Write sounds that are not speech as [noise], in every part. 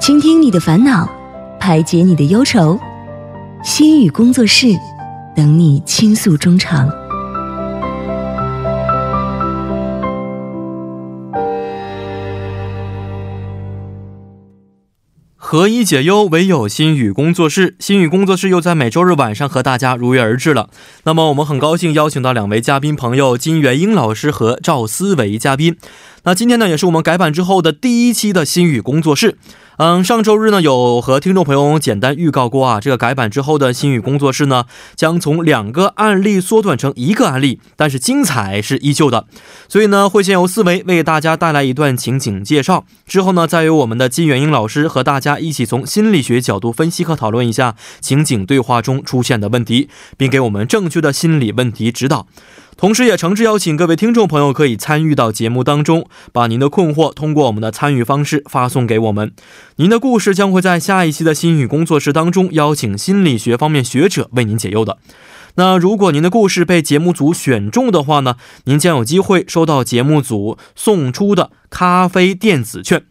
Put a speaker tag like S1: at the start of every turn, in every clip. S1: 倾听你的烦恼，排解你的忧愁。心语工作室，等你倾诉衷肠。
S2: 何以解忧，唯有心语工作室。心语工作室又在每周日晚上和大家如约而至了。那么，我们很高兴邀请到两位嘉宾朋友金元英老师和赵思维嘉宾。那今天呢，也是我们改版之后的第一期的心语工作室。嗯，上周日呢，有和听众朋友简单预告过啊，这个改版之后的心语工作室呢，将从两个案例缩短成一个案例，但是精彩是依旧的。所以呢，会先由思维为大家带来一段情景介绍，之后呢，再由我们的金元英老师和大家一起从心理学角度分析和讨论一下情景对话中出现的问题，并给我们正确的心理问题指导。同时，也诚挚邀请各位听众朋友可以参与到节目当中，把您的困惑通过我们的参与方式发送给我们。您的故事将会在下一期的心语工作室当中邀请心理学方面学者为您解忧的。那如果您的故事被节目组选中的话呢，您将有机会收到节目组送出的咖啡电子券。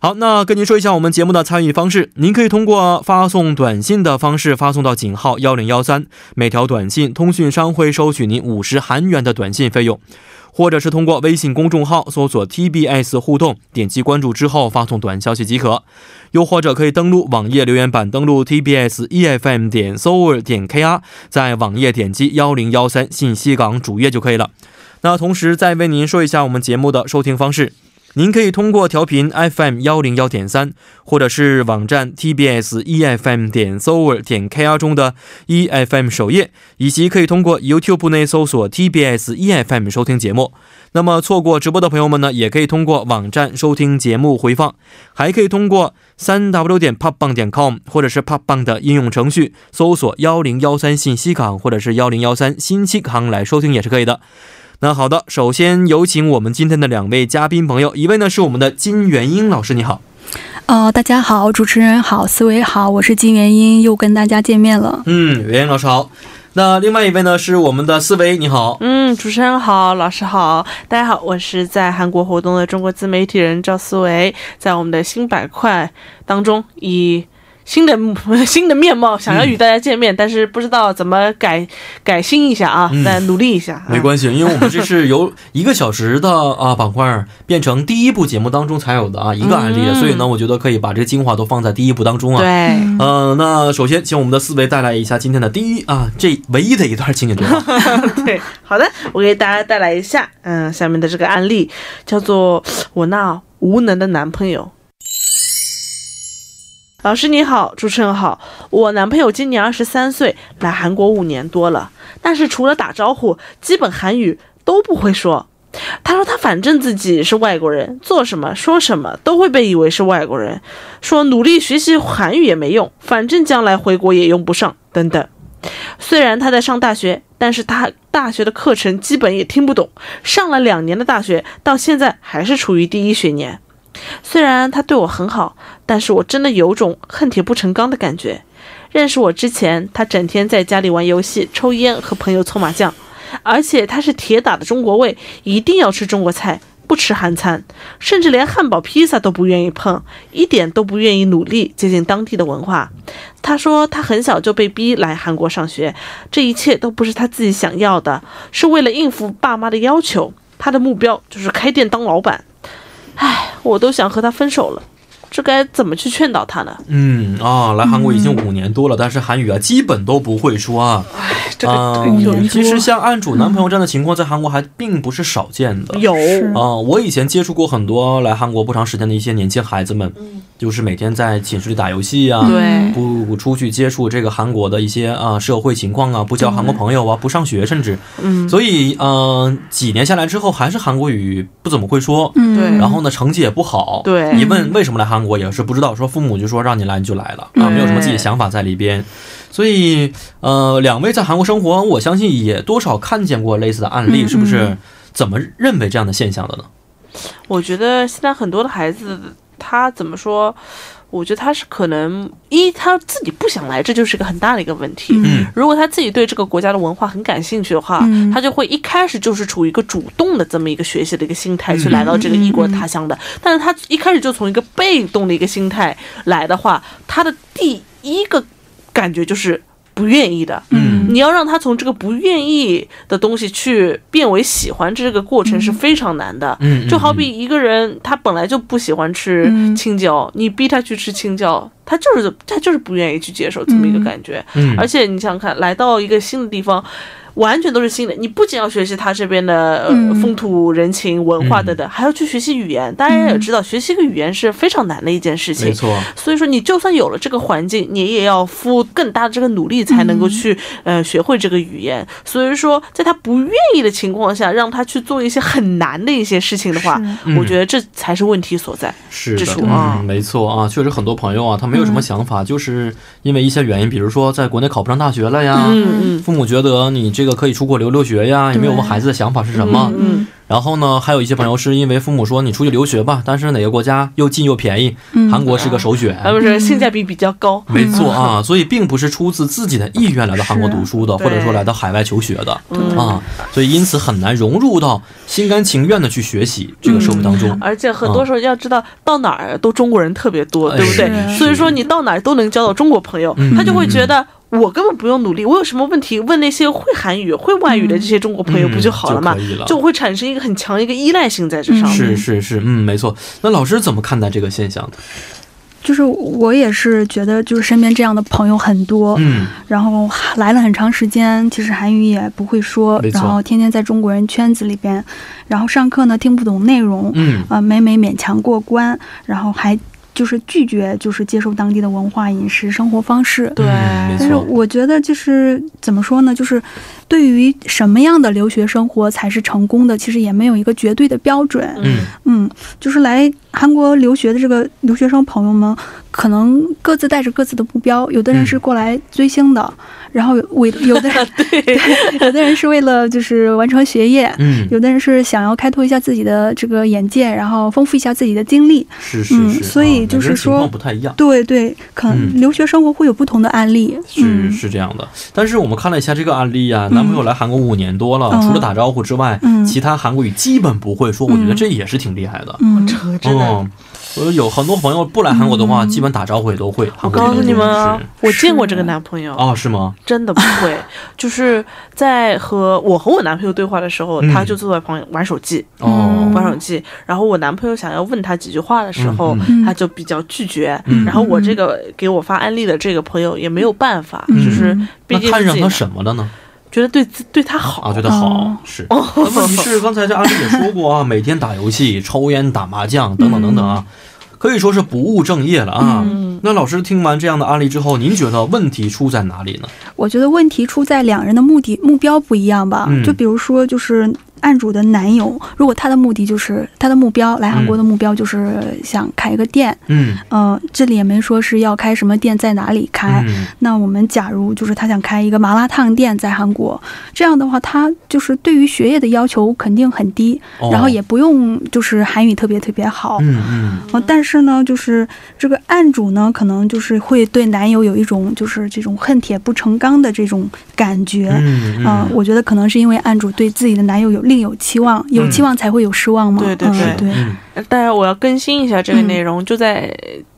S2: 好，那跟您说一下我们节目的参与方式，您可以通过发送短信的方式发送到井号幺零幺三，每条短信通讯商会收取您五十韩元的短信费用，或者是通过微信公众号搜索 TBS 互动，点击关注之后发送短消息即可。又或者可以登录网页留言板，登录 tbs efm E 点 s o u r 点 kr，在网页点击幺零幺三信息港主页就可以了。那同时再为您说一下我们节目的收听方式，您可以通过调频 FM 幺零幺点三，或者是网站 tbs efm E 点 s o u r 点 kr 中的 efm 首页，以及可以通过 YouTube 内搜索 tbs efm E 收听节目。那么错过直播的朋友们呢，也可以通过网站收听节目回放，还可以通过三 w 点 p o p b a n g 点 com 或者是 p o p b a n g 的应用程序搜索幺零幺三信息港或者是幺零幺三新息港来收听也是可以的。那好的，首先有请我们今天的两位嘉宾朋友，一位呢是我们的金元英老师，你好。
S3: 呃，大家好，主持人好，思维好，我是金元英，又跟大家见面了。
S2: 嗯，元英老师好。那另外一位呢是我们的思维，你好。
S4: 嗯，主持人好，老师好，大家好，我是在韩国活动的中国自媒体人赵思维，在我们的新板块当中以。新的 [laughs] 新的面貌，想要与大家见面，但是不知道怎么改改新一下啊，再努力一下、啊。
S2: 嗯没关系，因为我们这是由一个小时的啊板块儿变成第一部节目当中才有的啊一个案例，
S4: 嗯
S2: 所以呢，我觉得可以把这个精华都放在第一部当中啊。
S4: 对，
S2: 呃，那首先请我们的思维带来一下今天的第一啊，这唯一的一段情景对话。
S4: [laughs] 对，好的，我给大家带来一下，嗯，下面的这个案例叫做我那无能的男朋友。老师你好，主持人好，我男朋友今年二十三岁，来韩国五年多了，但是除了打招呼，基本韩语都不会说。他说他反正自己是外国人，做什么说什么都会被以为是外国人，说努力学习韩语也没用，反正将来回国也用不上，等等。虽然他在上大学，但是他大学的课程基本也听不懂。上了两年的大学，到现在还是处于第一学年。虽然他对我很好，但是我真的有种恨铁不成钢的感觉。认识我之前，他整天在家里玩游戏、抽烟，和朋友搓麻将，而且他是铁打的中国胃，一定要吃中国菜，不吃韩餐，甚至连汉堡、披萨都不愿意碰，一点都不愿意努力接近当地的文化。他说他很小就被逼来韩国上学，这一切都不是他自己想要的，是为了应付爸妈的要求。他的目标就是开店当老板。唉，我都想和他分手了，这该怎么去劝导他呢？
S2: 嗯啊，来韩国已经五年多了，但是韩语啊基本都不会说啊。
S4: 这个
S2: 啊
S3: 这个有
S2: 其实像案主男朋友这样的情况，在韩国还并不是少见的。
S4: 有
S3: 是
S2: 啊、我以前接触过很多来韩国不长时间的一些年轻孩子们，就是每天在寝室里打游戏啊，
S4: 对
S2: 不不出去接触这个韩国的一些啊、社会情况啊，不交韩国朋友啊，不上学，甚至，
S4: 嗯
S2: 所以嗯、呃几年下来之后，还是韩国语不怎么会说，
S3: 嗯，
S4: 对
S2: 然后呢，成绩也不好，
S4: 对
S2: 一问为什么来韩国也是不知道，说父母就说让你来你就来了啊，
S4: 嗯
S2: 没有什么自己的想法在里边，所以呃，两位在韩国生活，我相信也多少看见过类似的案例，
S3: 嗯
S2: 是不是？怎么认为这样的现象的呢？
S4: 我觉得现在很多的孩子，他怎么说？我觉得他是可能一他自己不想来，这就是一个很大的一个问题。
S3: 嗯
S4: [laughs] 如果他自己对这个国家的文化很感兴趣的话，
S3: 嗯
S4: 他就会一开始就是处于一个主动的这么一个学习的一个心态去来到这个异国他乡的。但是他一开始就从一个被动的一个心态来的话，他的第一个感觉就是不愿意的。
S2: 嗯
S4: 你要让他从这个不愿意的东西去变为喜欢，这个过程是非常难的。
S2: 嗯，
S4: 就好比一个人他本来就不喜欢吃
S3: 嗯
S4: 青椒，你逼他去吃青椒，他就是他就是不愿意去接受这么一个感觉。
S2: 嗯，
S4: 而且你想想看，来到一个新的地方。完全都是新的，你不仅要学习他这边的、呃
S3: 嗯
S4: 风土人情、文化
S2: 嗯
S4: 等等，还要去学习语言。大家也知道，学习一个语言是非常难的一件事
S2: 嗯
S4: 情
S2: 没。错，
S4: 所以说，你就算有了这个环境，你也要付更大的这个努力，才能够去、
S2: 嗯
S4: 呃学会这个语言。所以说，在他不愿意的情况下，让他去做一些很难的一些事情的话，
S2: 是
S4: 我觉得这才是问题所在。
S2: 是
S4: 之
S2: 的
S4: 处，啊嗯
S2: 嗯，没错啊，确实很多朋友啊，他没有什么想法，就是因为一些原因，比如说在国内考不上大学了呀。
S4: 嗯嗯
S2: 父母觉得你这个可以出国留留学呀，也没有问孩子的想法是什么。
S4: 嗯
S2: 然后呢，还有一些朋友是因为父母说你出去留学吧，但是哪个国家又近又便宜，
S3: 嗯
S2: 韩国是个首选。
S4: 嗯，而不是性价比比较高。
S2: 没错啊，所以并不是出自自己的意愿来到韩国读书的，
S4: 是
S2: 或者说来到海外求学的
S4: 嗯
S2: 啊，所以因此很难融入到心甘情愿的去学习这个社会当中。
S4: 而且很多时候要知道，到哪儿都中国人特别多，
S2: 嗯哎
S4: 对不对？
S3: 是
S4: 所以说你到哪儿都能交到中国朋友，
S2: 嗯
S4: 他就会觉得我根本不用努力，我有什么问题问那些会韩语、会外语的这些中国朋友不就好了嘛
S2: 嗯就可以了？
S4: 就会产生一个很强的一个依赖性在这上面。
S2: 是是是，嗯，没错。那老师怎么看待这个现象的？
S3: 就是我也是觉得，就是身边这样的朋友很多，
S2: 嗯
S3: 然后来了很长时间，其实韩语也不会说
S2: 没，错
S3: 然后天天在中国人圈子里边，然后上课呢听不懂内容，
S2: 嗯
S3: 呃，每每勉强过关，然后还就是拒绝就是接受当地的文化、饮食、生活方式。
S4: 对
S2: 嗯没
S3: 但是
S2: 错，
S3: 我觉得就是怎么说呢，就是对于什么样的留学生活才是成功的，其实也没有一个绝对的标准。
S2: 嗯
S3: 嗯，就是来韩国留学的这个留学生朋友们，可能各自带着各自的目标，有的人
S2: 嗯
S3: 是过来追星的，然后有为有的
S2: [laughs]
S3: 人 [laughs] 有的人是为了就是完成学业。
S2: 嗯，
S3: 有的人是想要开拓一下自己的这个眼界，然后丰富一下自己的经历。
S2: 是是
S3: 嗯
S2: 是，
S3: 所以
S2: 啊每
S3: 就
S2: 个
S3: 是
S2: 人情
S3: 说
S2: 况不太一样。
S3: 对对，可
S2: 嗯
S3: 能留学生活会有不同的案例。
S2: 是
S3: 嗯
S2: 是这样的，但是我们看了一下这个案例啊，
S4: 嗯
S2: 男朋友来韩国五年多了，
S3: 嗯
S2: 除了打招呼之外，
S3: 嗯
S2: 其他韩国语基本不会说，我觉得这也是挺厉害的。
S3: 嗯，
S4: 这哦真的。嗯
S2: 嗯，我有很多朋友不来韩国的话，基本打招呼也都会。
S4: 我
S2: 韩国
S4: 告诉
S2: 语
S4: 你
S2: 也都
S4: 们啊
S2: 是，
S4: 我见过这个男朋友，
S2: 哦，是吗？
S4: 真的不会。就是在和我和我男朋友对话的时候，
S2: 嗯
S4: 他就坐在旁边玩手机，
S2: 哦，
S3: 嗯
S4: 玩手机。然后我男朋友想要问他几句话的时候，
S2: 嗯
S3: 嗯
S4: 他就比较拒绝。
S2: 嗯
S4: 然后我这个给我发案例的这个朋友也没有办法，
S3: 嗯
S4: 就是毕
S2: 那
S4: 竟
S2: 他
S4: 是自
S2: 让
S4: 己
S2: 他
S4: 男
S2: 什么了呢？
S4: 觉得对自对他好嗯
S2: 啊，觉得好
S3: 哦
S2: 是。那问题是，刚才这阿丽也说过
S4: [laughs]
S2: 啊，每天打游戏、抽烟、打麻将等等等等啊，
S4: 嗯
S2: 可以说是不务正业了啊。那老师听完这样的案例之后，您觉得问题出在哪里呢？
S3: 我觉得问题出在两人的目的目标不一样吧。
S2: 嗯
S3: 就比如说，就是案主的男友，如果他的目的就是他的目标来韩国的目标就是想开一个店，
S2: 嗯
S3: 嗯、这里也没说是要开什么店，在哪里开。
S2: 嗯
S4: 哎
S3: 那我们假如就是他想开一个麻辣烫店在韩国，这样的话，他就是对于学业的要求肯定很低，
S2: 哦
S3: 然后也不用就是韩语特别特别好。
S2: 嗯
S3: 呃，但是呢，就是这个案主呢，可能就是会对男友有一种就是这种恨铁不成钢的这种感觉。
S2: 嗯嗯
S3: 呃
S2: 嗯，
S3: 我觉得可能是因为案主对自己的男友有另有期望，有期望才会有失望嘛。
S4: 对对
S3: 嗯
S4: 对
S3: 对
S2: 嗯
S4: 当然，我要更新一下这个
S3: 嗯
S4: 内容。就在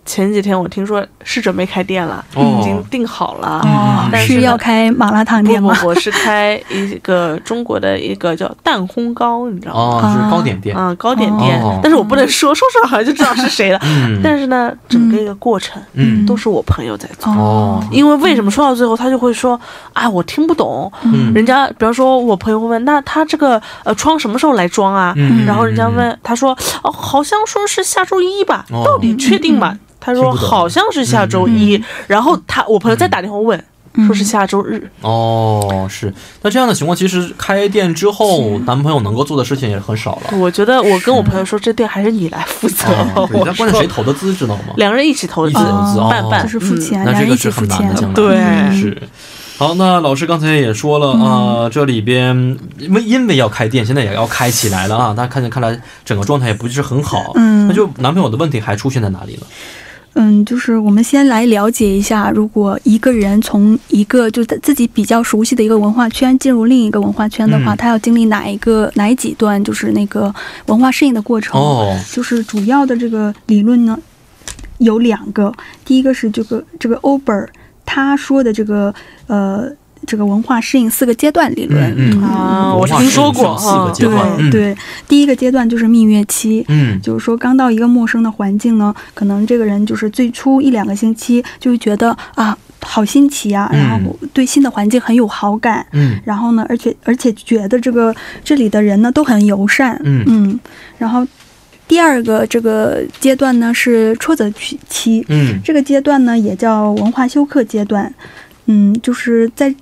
S4: 前几天，我听说是准备开店了，
S2: 哦
S4: 已经定好了。
S3: 哦，
S4: 嗯但是呢
S3: 是要开麻辣烫
S4: 不
S3: 店
S4: 不
S3: 吗？
S4: 不，是开一个中国的一个叫蛋烘糕，你知道吗？
S2: 哦，是糕点店。
S4: 嗯，糕点店，
S2: 哦
S4: 但是我不能说，说出来好像就知道是谁了。
S2: 嗯，
S4: 但是呢，整个一个过程
S2: 嗯
S4: 都是我朋友在做，
S2: 哦
S4: 因为为什么说到最后，他就会说，啊，我听不懂。
S2: 嗯
S4: 人家比方说，我朋友会问，那他这个呃窗什么时候来装啊？
S2: 嗯
S4: 然后人家问，他说，哦，好像说是下周一吧，
S2: 哦
S4: 到底确定
S3: 嗯
S4: 吗？他
S2: 听
S4: 说
S2: 不懂嗯
S4: 好像是下周一，然后他我朋友再打电话问，
S3: 嗯
S4: 说是下周日，
S2: 哦是，那这样的情况其实开店之后，男朋友能够做的事情也很少
S3: 嗯
S2: 了。
S4: 我觉得我跟我朋友说，这店还是你来负责。
S2: 哦，对
S4: [laughs] 我
S2: 但关键谁
S4: 说
S2: 投的资知道吗？
S4: 两人一起投
S2: 一
S4: 资，
S2: 起投资哦，
S4: 半半嗯
S3: 就是付钱，
S2: 那
S3: 两
S2: 这
S3: 人一
S2: 个
S3: 起
S2: 是
S3: 付
S2: 很难
S3: 钱
S2: 的，。将来嗯
S4: 对
S2: 是。好，那老师刚才也说了啊、
S4: 嗯
S2: 这里边因为因为要开店，现在也要开起来了啊，但看见看来整个状态也不是很好。
S3: 嗯
S2: 那就男朋友的问题还出现在哪里呢？
S3: 嗯，就是我们先来了解一下，如果一个人从一个就是自己比较熟悉的一个文化圈进入另一个文化圈的话，
S2: 嗯
S3: 他要经历哪一个哪几段就是那个文化适应的过程？
S2: 哦，
S3: 就是主要的这个理论呢，有两个，第一个是这个这个 Ober 他说的这个呃这个文化适应四个阶段理论，
S2: 嗯嗯
S4: 啊
S2: 文
S4: 我
S2: 化
S4: 听
S2: 是
S4: 说
S2: 有
S4: 过
S2: 上四
S4: 啊
S2: 个阶段，
S3: 对
S2: 嗯，
S3: 对，第一个阶段就是蜜月期，
S2: 嗯，
S3: 就是说，刚到一个陌生的环境呢，可能这个人就是最初一两个星期就会觉得啊，好新奇啊，
S2: 嗯
S3: 然后对新的环境很有好感，
S2: 嗯
S3: 然后呢，而且而且觉得这个这里的人呢都很友善，
S2: 嗯
S3: 然后第二个这个阶段呢是挫折期期，
S2: 嗯
S3: 这个阶段呢也叫文化休克阶段，嗯，就是在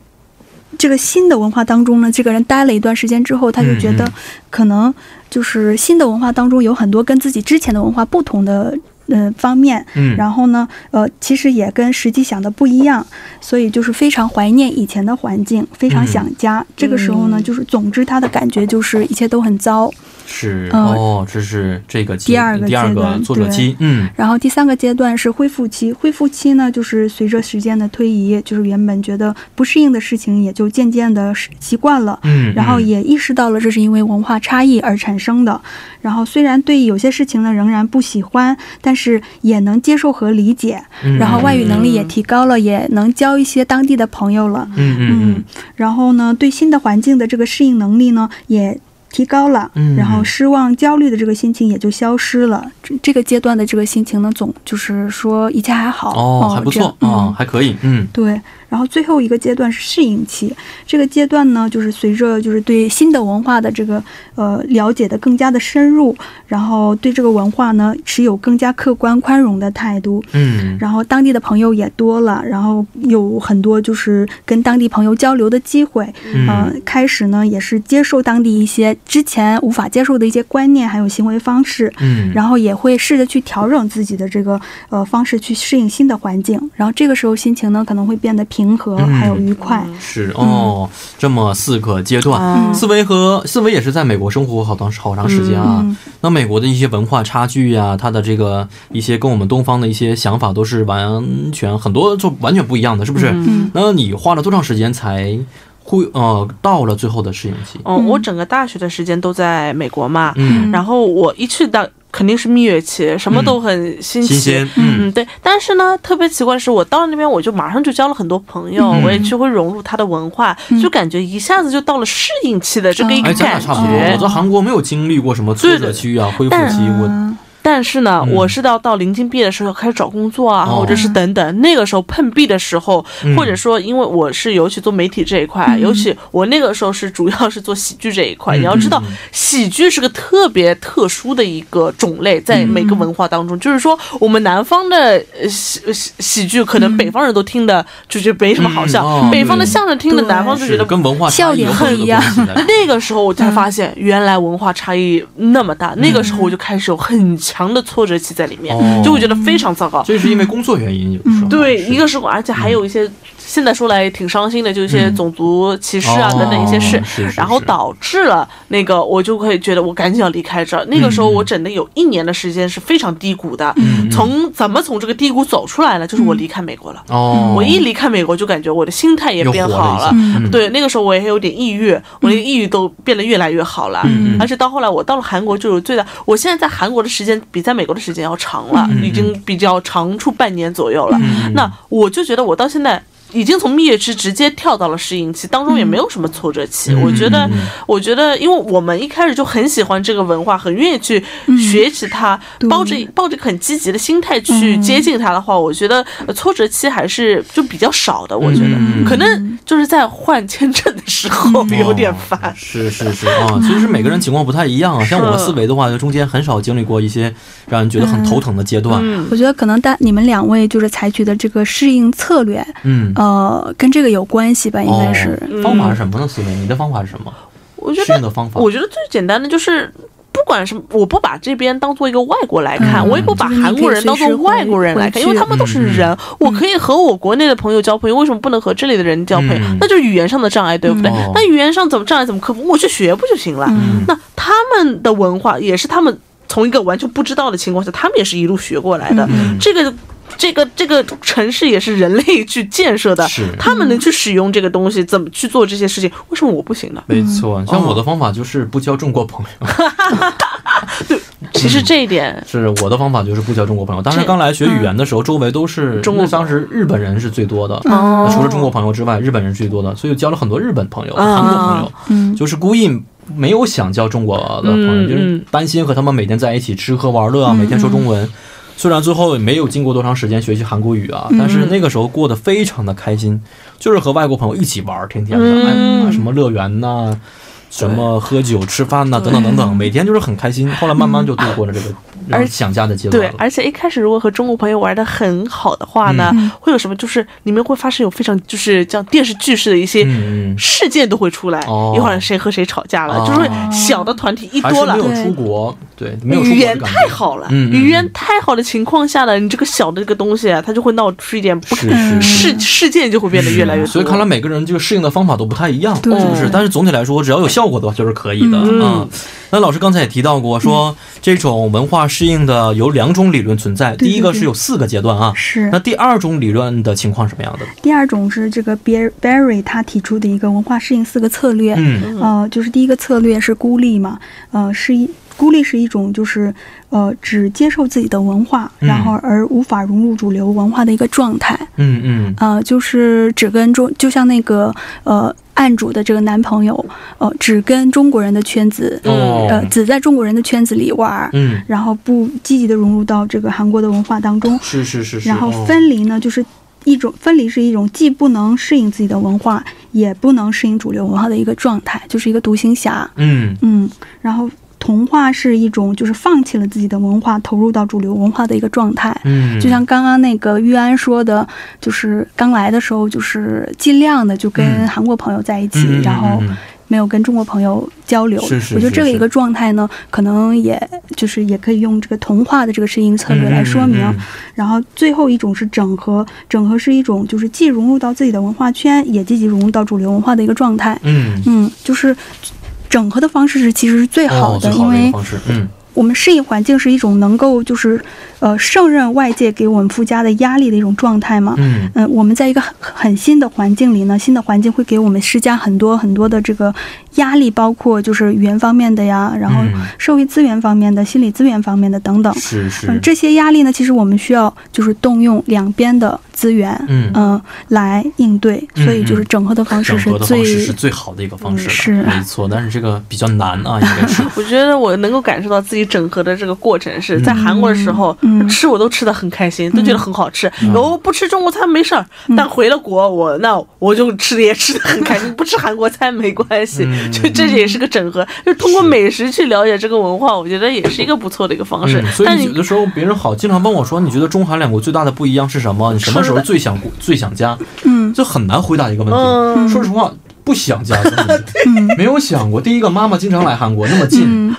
S3: 这个新的文化当中呢，这个人待了一段时间之后，他就觉
S2: 嗯
S3: 得
S2: 嗯
S3: 可能就是新的文化当中有很多跟自己之前的文化不同的。嗯，方面，
S2: 嗯，
S3: 然后呢，呃，其实也跟实际想的不一样，所以就是非常怀念以前的环境，非常
S2: 嗯
S3: 想家。这个时候呢，
S4: 嗯
S3: 就是总之他的感觉就是一切都很糟，
S2: 是
S3: 呃
S2: 哦，这是这个
S3: 第二个
S2: 第二
S3: 阶
S2: 个
S3: 段
S2: 作者期，嗯
S3: 然后第三个阶段是恢复期，恢复期呢，就是随着时间的推移，就是原本觉得不适应的事情，也就渐渐的习惯了。
S2: 嗯，
S3: 然后
S2: 嗯
S3: 也意识到了这是因为文化差异而产生的，然后虽然对有些事情呢仍然不喜欢，但是也能接受和理解，
S2: 嗯
S3: 然后外语能力也
S4: 嗯
S3: 提高了，也能交一些当地的朋友了。
S2: 嗯嗯嗯
S3: 然后呢，对新的环境的这个适应能力呢也提高了，
S2: 嗯
S3: 然后失望、焦虑的这个心情也就消失了。这这个阶段的这个心情呢，总就是说一切还好，
S2: 哦，还不
S3: 这样
S2: 错啊，
S3: 嗯
S2: 还可以，嗯
S3: 对，然后最后一个阶段是适应期，这个阶段呢，就是随着就是对新的文化的这个呃了解的更加的深入，然后对这个文化呢持有更加客观宽容的态度，
S2: 嗯
S3: 然后当地的朋友也多了，然后有很多就是跟当地朋友交流的机会。
S2: 嗯
S3: 呃，开始呢也是接受当地一些之前无法接受的一些观念，还有行为方式，
S2: 嗯，
S3: 然后也会试着去调整自己的这个呃方式去适应新的环境。然后这个时候心情呢可能会变得平和，
S2: 嗯
S3: 还有愉快。
S2: 是哦，这么四个阶段。
S4: 啊
S3: 嗯
S2: 思维和思维也是在美国生活好长好长时间啊，
S3: 嗯
S2: 那美国的一些文化差距呀、它的这个一些跟我们东方的一些想法都是完全很多就完全不一样的，是不是？
S3: 嗯
S2: 那你花了多长时间才会呃到了最后的适应期？
S4: 哦，
S3: 嗯
S4: 我整个大学的时间都在美国嘛，
S2: 嗯，
S4: 然后我一去到肯定是蜜月期，什么都很新奇。
S2: 新鲜，嗯
S4: 嗯，对，但是呢，特别奇怪的是，我到了那边，我就马上就交了很多朋友，
S2: 嗯
S4: 我也去会融入他的文化，
S3: 嗯
S4: 就感觉一下子就到了适应期的这个一
S2: 哎，
S4: 个
S2: 咱
S4: 感
S2: 俩差不多。
S4: 觉
S2: 我。在韩国没有经历过什么挫折期啊、恢复期，我
S3: 嗯
S4: 但是呢，
S2: 嗯
S4: 我是到到临近毕业的时候开始找工作啊，
S2: 哦
S4: 或者是等等，那个时候碰壁的时候，
S2: 嗯
S4: 或者说因为我是尤其做媒体这一块，
S3: 嗯
S4: 尤其我那个时候是主要是做喜剧这一块。
S2: 嗯
S4: 你要知道
S2: 嗯嗯，
S4: 喜剧是个特别特殊的一个种类，在每个文化当
S2: 嗯
S4: 中，就是说我们南方的呃喜喜喜剧，可能
S3: 嗯
S4: 北方人都听的就觉得没什么好笑，
S2: 嗯哦
S4: 北方的
S2: 对
S4: 相声听的
S3: 对
S4: 南方就觉
S2: 是
S4: 得
S2: 跟文化差异有很多关系的
S4: [laughs] 那个时候我才发现，原来文化差异那么大。那个时候我就开始有很强的挫折期在里面，
S2: 嗯哦
S4: 就会觉得非常糟糕。
S2: 这是因为工作原因，有时候
S4: 对，
S2: 是
S4: 一个是，而且还有一些现在说来挺伤心的，就一些
S2: 嗯
S4: 种族歧视啊
S2: 哦
S4: 等等一些事
S2: 是是，是
S4: 然后导致了那个我就会觉得我赶紧要离开这儿。那个时候我整的有一年的时间是非常低谷的，
S2: 嗯嗯
S4: 从怎么从这个低谷走出来呢？就是我离开美国了。
S2: 哦，
S4: 我一离开美国，就感觉我的心态也
S2: 又
S4: 变
S2: 活
S4: 好
S2: 了
S4: 了
S2: 一，
S3: 嗯
S2: 下，嗯，
S4: 对，那个时候我也有点抑郁，我那个抑郁都变得越来越好了。
S2: 嗯嗯
S4: 而且到后来我到了韩国就有最大，我现在在韩国的时间比在美国的时间要长了，
S2: 嗯嗯
S4: 已经比较长出半年左右了。
S2: 嗯
S4: 那我就觉得我到现在。已经从蜜月期直接跳到了适应期，当中也没有什么挫折期。
S2: 嗯
S4: 我觉得
S2: 嗯嗯嗯，
S4: 我觉得，因为我们一开始就很喜欢这个文化，很愿意去
S3: 嗯
S4: 学习它，
S3: 对
S4: 抱着抱着很积极的心态去
S3: 嗯
S4: 接近它的话，我觉得呃挫折期还是就比较少的。我觉得，
S2: 嗯
S4: 可能就是在换签证的时候
S2: 嗯
S4: [laughs] 有点
S2: 哦
S4: 烦。
S2: 是是是啊，其实每个人情况不太一样啊。像我思维的话，就中间很少经历过一些让人觉得很头疼的阶段。
S4: 嗯
S3: 我觉得可能大你们两位就是采取的这个适应策略，
S2: 嗯，
S3: 呃，跟这个有关系吧，应该是。
S2: 哦、方法是什么呢？思维，你的方法是什么？
S4: 我觉
S2: 适应
S4: 得，
S2: 的方法。
S4: 我觉得最简单的就是。不管是我不把这边当做一个外国来看，
S2: 嗯
S4: 我也不把
S3: 就是你可
S4: 韩
S3: 以
S4: 国人当做外国人来看，
S3: 随时
S4: 因
S3: 回
S4: 为他们都是人，
S2: 嗯
S4: 我可以和我国内的朋友交朋友，为什么不能和这里的人交朋友？
S2: 嗯
S4: 那就是语言上的障碍，对不对？
S2: 嗯
S4: 那语言上怎么障碍怎么克服？我去学不就行了？
S2: 嗯，
S4: 那他们的文化也是他们从一个完全不知道的情况下，他们也是一路学过来的。
S2: 嗯
S4: 这个这个这个城市也是人类去建设的
S2: 是，
S4: 他们能去使用这个东西，怎么去做这些事情，为什么我不行呢？
S2: 没
S4: 嗯
S2: 错，像我的方法就是不交中国朋
S4: 哦
S2: 友，嗯
S4: 其实这一点，
S2: 是我的方法就是不交中国朋友。当时
S4: 这嗯
S2: 刚来学语言的时候，周围都是
S4: 中国
S2: 那当时日本人是最多的，
S3: 嗯
S4: 哦
S2: 呃除了中国朋友之外，日本人是最多的，所以交了很多日本朋友、
S4: 啊
S2: 韩国朋友，
S3: 嗯，
S2: 就是故意没有想交中国的朋友，
S4: 嗯嗯
S2: 就是担心和他们每天在一起吃喝玩乐啊，每天说中文。虽然最后也没有经过多长时间学习韩国语
S4: 嗯
S2: 啊，但是那个时候过得非常的开心，就是和外国朋友一起玩儿，天天的，
S4: 嗯
S2: 哎，什么乐园呐、什么喝酒吃饭呐、等等等等，每天就是很开心。后来慢慢就度过了这个让人想家的阶段
S4: 嗯对
S2: 了，。
S4: 而且一开始如果和中国朋友玩的很好的话呢，
S2: 嗯
S4: 会有什么？就是你们会发生有非常就是像电视剧式的一些
S2: 嗯嗯，
S4: 事件都会出来，
S2: 哦
S4: 一会儿谁和谁吵架了，
S2: 哦
S4: 就是小的团体一
S2: 还
S4: 多
S2: 是
S4: 了
S2: 没。有
S3: 对
S2: 出国，对，没有出
S4: 语
S2: 国的
S4: 言
S2: 感
S4: 太
S2: 觉。
S4: 好了，
S2: 嗯嗯嗯
S4: 语言太好的情况下呢，你这个小的这个东西啊，它就会闹出一点不
S2: 是
S4: 可
S2: 是是。
S4: 事事件就会变得越来越多。
S2: 嗯所以看来每个人这个适应的方法都不太一样，是
S3: 对
S2: 不是？但是总体来说，只要有效果的话就是可以的啊、
S4: 嗯
S2: 那老师刚才也提到过说，这种文化适应的有两种理论存在，
S3: 对
S2: 第一个
S3: 对
S2: 是有四个阶段啊。
S3: 是哎
S2: 那。第二种理论的情况什么样的？
S3: 第二种是这个 Ber- Berry 他提出的一个文化适应四个策略，
S2: 嗯
S3: 呃，就是第一个策略是孤立嘛，呃，是一孤立是一种就是呃只接受自己的文化，
S2: 嗯
S3: 然后而无法融入主流文化的一个状态，
S2: 嗯嗯，
S3: 呃，就是只跟中就像那个呃案主的这个男朋友，呃，只跟中国人的圈子，
S2: 哦，
S3: 呃，只在中国人的圈子里玩儿，
S2: 嗯，
S3: 然后不积极的融入到这个韩国的文化当中，
S2: 是是是是。
S3: 然后
S2: 哦
S3: 分离呢，就是一种分离是一种既不能适应自己的文化，也不能适应主流文化的一个状态，就是一个独行侠。
S2: 嗯
S3: 嗯，然后同化是一种就是放弃了自己的文化，投入到主流文化的一个状态。
S2: 嗯，
S3: 就像刚刚那个玉安说的，就是刚来的时候，就是尽量的就
S2: 嗯
S3: 跟韩国朋友在一起，
S2: 嗯嗯嗯
S3: 然后
S2: 嗯
S3: 没有跟中国朋友交流。
S2: 是是
S3: 我觉得
S2: 是
S3: 这个
S2: 是
S3: 一个状态呢，可能也就是也可以用这个同化的这个适应策略来说明。
S2: 嗯嗯嗯
S3: 然后最后一种是整合，整合是一种就是既融入到自己的文化圈，也积极融入到主流文化的一个状态。
S2: 嗯，嗯
S3: 嗯，就是整合的方式是其实是最好
S2: 哦
S3: 的，
S2: 最
S3: 因
S2: 好的一个
S3: 为
S2: 方式，嗯
S3: 我们适应环境是一种能够就是呃胜任外界给我们附加的压力的一种状态嘛。
S2: 嗯
S3: 嗯，我们在一个很很新的环境里呢，新的环境会给我们施加很多很多的这个压力，包括就是语言方面的呀，然后
S2: 嗯
S3: 社会资源方面的、心理资源方面的等等。
S2: 是是
S3: 嗯，，这些压力呢，其实我们需要就是动用两边的资源，
S2: 嗯
S3: 呃来应对，
S2: 嗯
S3: 所以就是整合的方式
S2: 整
S3: 是
S2: 合的
S3: 最
S2: 方式是最好的一个方式了，
S3: 嗯是
S4: 啊
S2: 没错。但是这个比较难啊，应
S4: [laughs]
S2: 该是。
S4: 我觉得我能够感受到自己整合的这个过程是在韩国的时候，
S3: 嗯
S4: 吃我都吃的很开心，
S2: 嗯
S4: 都觉得很好吃。然后不吃中国餐没事儿，但回了国我那我就吃的也吃的很开心， [laughs] 不吃韩国餐没关系。
S2: 嗯
S4: 就这也是个整合，就通过美食去了解这个文化，我觉得也是一个不错的一个方式
S2: 嗯，。所
S4: 但
S2: 以有
S4: 你
S2: 的时候别人好经常问我说，你觉得中韩两国最大的不一样是什么？你什么时候最
S4: [laughs]
S2: 想最想家？
S3: 嗯
S2: 这很难回答一个问题。
S4: 嗯，
S2: 说实话，不想家，真的
S4: [laughs]
S2: 是
S3: 嗯
S2: 没有想过。第一个，妈妈经常来韩国，那么近；
S3: 嗯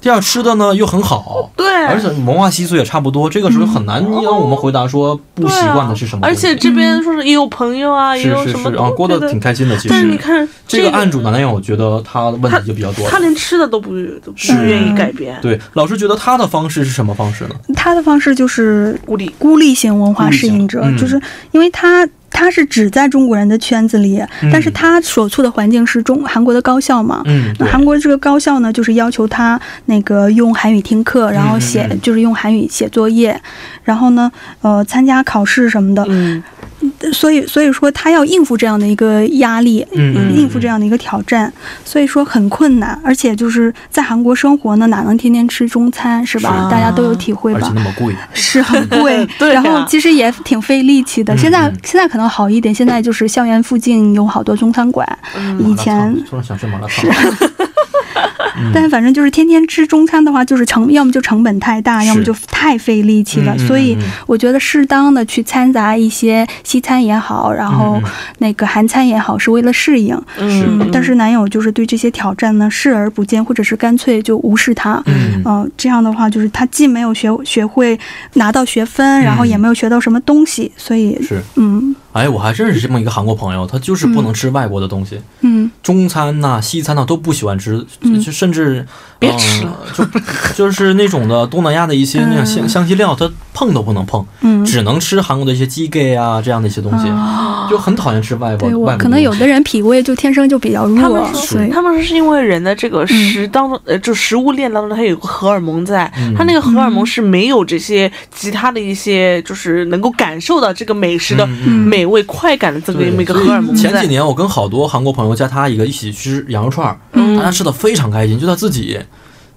S2: 第二，吃的呢又很好，
S4: 对，嗯
S2: 而且文化习俗也差不多。这个时候很难让我们回答说不习惯的是什么
S4: 啊而
S2: 东西。
S4: 且这边说是也有朋友啊，也
S2: 是
S4: 有
S2: 是
S4: 什么
S2: 是啊，过得挺开心的。其
S4: 但是你
S2: 实
S4: 看
S2: 这个案主男男友，我觉得他的问题就比较多
S4: 他
S2: 了。
S4: 连吃的都不都不
S2: 是
S4: 愿意改变，
S2: 对，老师觉得他的方式是什么方式呢？
S3: 他的方式就是
S4: 孤立。
S3: 孤立型文化适应者，
S2: 孤立型嗯
S3: 就是因为他。他是只在中国人的圈子里，
S2: 嗯
S3: 但是他所处的环境是中韩国的高校嘛，
S2: 嗯，
S3: 那
S2: 对，
S3: 韩国这个高校呢，就是要求他那个用韩语听课，然后写、
S2: 嗯嗯
S3: 就是用韩语写作业，然后呢，呃，参加考试什么的。
S4: 嗯，
S3: 所以，所以说他要应付这样的一个压力，
S2: 嗯嗯
S3: 应付这样的一个挑战，所以说很困难。而且就是在韩国生活呢，哪能天天吃中餐是吧？
S4: 是，
S3: 大家都有体会
S2: 啊嗯而且
S3: 吧
S2: 那。么贵。
S3: 是很贵
S4: 对
S3: 然
S4: 啊
S3: 后其实也挺费力气的。
S2: 嗯
S3: 现在
S2: 嗯
S3: 现在可能好一点，现在就是校园附近有好多中餐馆，
S4: 嗯
S3: 以
S2: 麻辣
S3: 前啊
S2: 烫突然想吃麻辣烫，嗯
S3: 但反正就是天天吃中餐的话，就是成要么就成本太大，
S2: 是
S3: 要么就太费力气了。
S2: 嗯嗯
S3: 所以
S2: 嗯嗯
S3: 我觉得适当的去掺杂一些西餐也好，然后
S2: 嗯嗯
S3: 那个韩餐也好，是为了适应。
S2: 是
S4: 嗯，
S3: 但是男友就是对这些挑战呢视而不见，或者是干脆就无视他。
S2: 嗯
S3: 嗯、这样的话就是他既没有学学会拿到学分，然后也没有学到什么东西，所以
S2: 嗯是，
S3: 嗯
S2: 哎，我还认识这么一个韩国朋友，他就是不能吃外国的东西，
S3: 嗯
S2: 中餐呐、西餐呐、都不喜欢吃，
S3: 嗯
S2: 就甚至呃
S4: 别吃了，
S2: 嗯就就是那种的东南亚的一些那种香香辛料，他碰都不能碰，
S3: 嗯，
S2: 只能吃韩国的一些鸡盖啊这样的一些东西，
S3: 啊
S2: 就很讨厌吃外国
S3: 对
S2: 外国
S3: 我
S2: 东西
S3: 可能有的人脾胃就天生就比较
S4: 他
S3: 弱
S4: 们，说
S3: 所以
S4: 他们说是因为人的这个食当中，呃，就食物链当中，它有个荷尔蒙在，
S2: 嗯
S4: 它那个荷尔蒙是没有这些其他的一些，就是能够感受到这个美食的
S2: 嗯嗯
S3: 嗯
S4: 美味快感的这么
S2: 对
S4: 一个荷尔蒙
S2: 前
S4: 在
S2: 几。年我跟好多韩国朋友加他一个一起吃羊肉串儿，
S4: 嗯
S2: 大家吃的非常开心，就他自己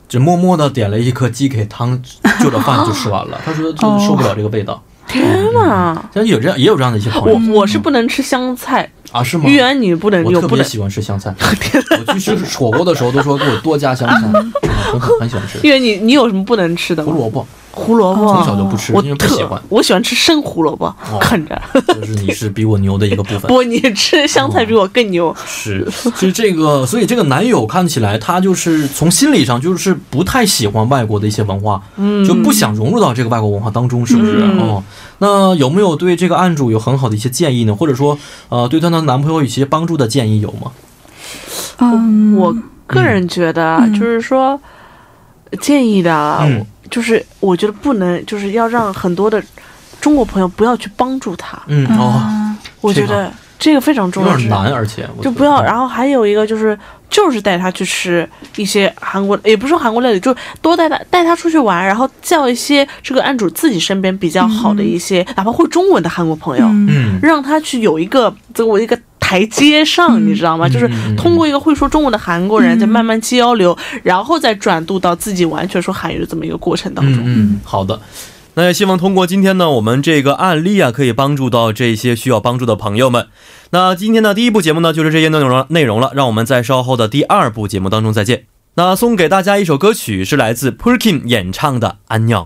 S2: 只默默的点了一颗鸡给汤，就着饭就吃完
S4: [laughs]
S2: 了。他说就是受不了这个味道。
S4: 天哪！嗯
S2: 像有这样也有这样的一些朋
S4: 我
S2: 友
S4: 我是不能吃香菜，
S2: 啊，是吗
S4: 哦芋？圆你不能，
S2: 我
S4: 有
S2: 特
S4: 不
S2: 别
S4: 能。
S2: 喜欢吃香
S4: [laughs]
S2: 菜，我去吃火锅的时候都说给我多加香菜，我很很喜欢吃
S4: 嗯芋圆你你有什么不能吃的
S2: 胡
S4: 吗？
S2: 萝卜，
S4: 胡萝卜，
S2: 从小就不吃，
S4: 哦我
S2: 因为不喜
S4: 特
S2: 欢。哦
S4: 我喜欢吃生胡萝卜，啃
S2: [laughs]
S4: 着。
S2: 就是你是比我牛的一个
S4: [laughs]
S2: 部分。
S4: 不，你吃香菜比
S2: 哦
S4: 我更牛。
S2: 是，是这个，所以这个男友看起来他就是从心理上就是不太喜欢外国的一些文化，
S4: 嗯
S2: 就不想融入到这个外国文化当中，是不是？
S4: 嗯
S2: 哦，那有没有对这个案主有很好的一些建议呢？或者说，呃，对她的男朋友有一些帮助的建议有吗？
S3: 嗯，
S4: 我个人觉得，
S3: 嗯
S4: 就是说，建议的，啊
S2: 嗯
S4: 就是我觉得不能，就是要让很多的中国朋友不要去帮助他。
S2: 嗯，哦，
S3: 啊
S4: 我
S2: 这
S4: 觉
S2: 个
S4: 得这个非常
S2: 有
S4: 重要，
S2: 点难，而且我觉
S4: 就
S2: 得
S4: 不要。然后还有一个就是，就是带他去吃一些韩国，也不是说韩国料理，就多带他带他出去玩，然后叫一些这个案主自己身边比较好的一些，哪怕会中文的韩国朋友，
S3: 嗯
S2: 嗯，
S4: 让他去有一个这个我一个台阶上，
S3: 嗯
S4: 你知道吗？就是
S2: 嗯嗯
S4: 通过一个会说中文的韩国人，
S3: 嗯
S4: 再慢慢交流，然后再转渡到自己完全说韩语的这么一个过程当
S2: 嗯
S4: 中。
S2: 嗯，好的。那也希望通过今天呢，我们这个案例啊，可以帮助到这些需要帮助的朋友们。那今天的第一部节目呢，就是这些内容了内容了，让我们在稍后的第二部节目当中再见。那送给大家一首歌曲，是来自 Perkin 演唱的《安酿》。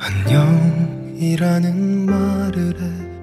S5: 안녕이라는 말을 해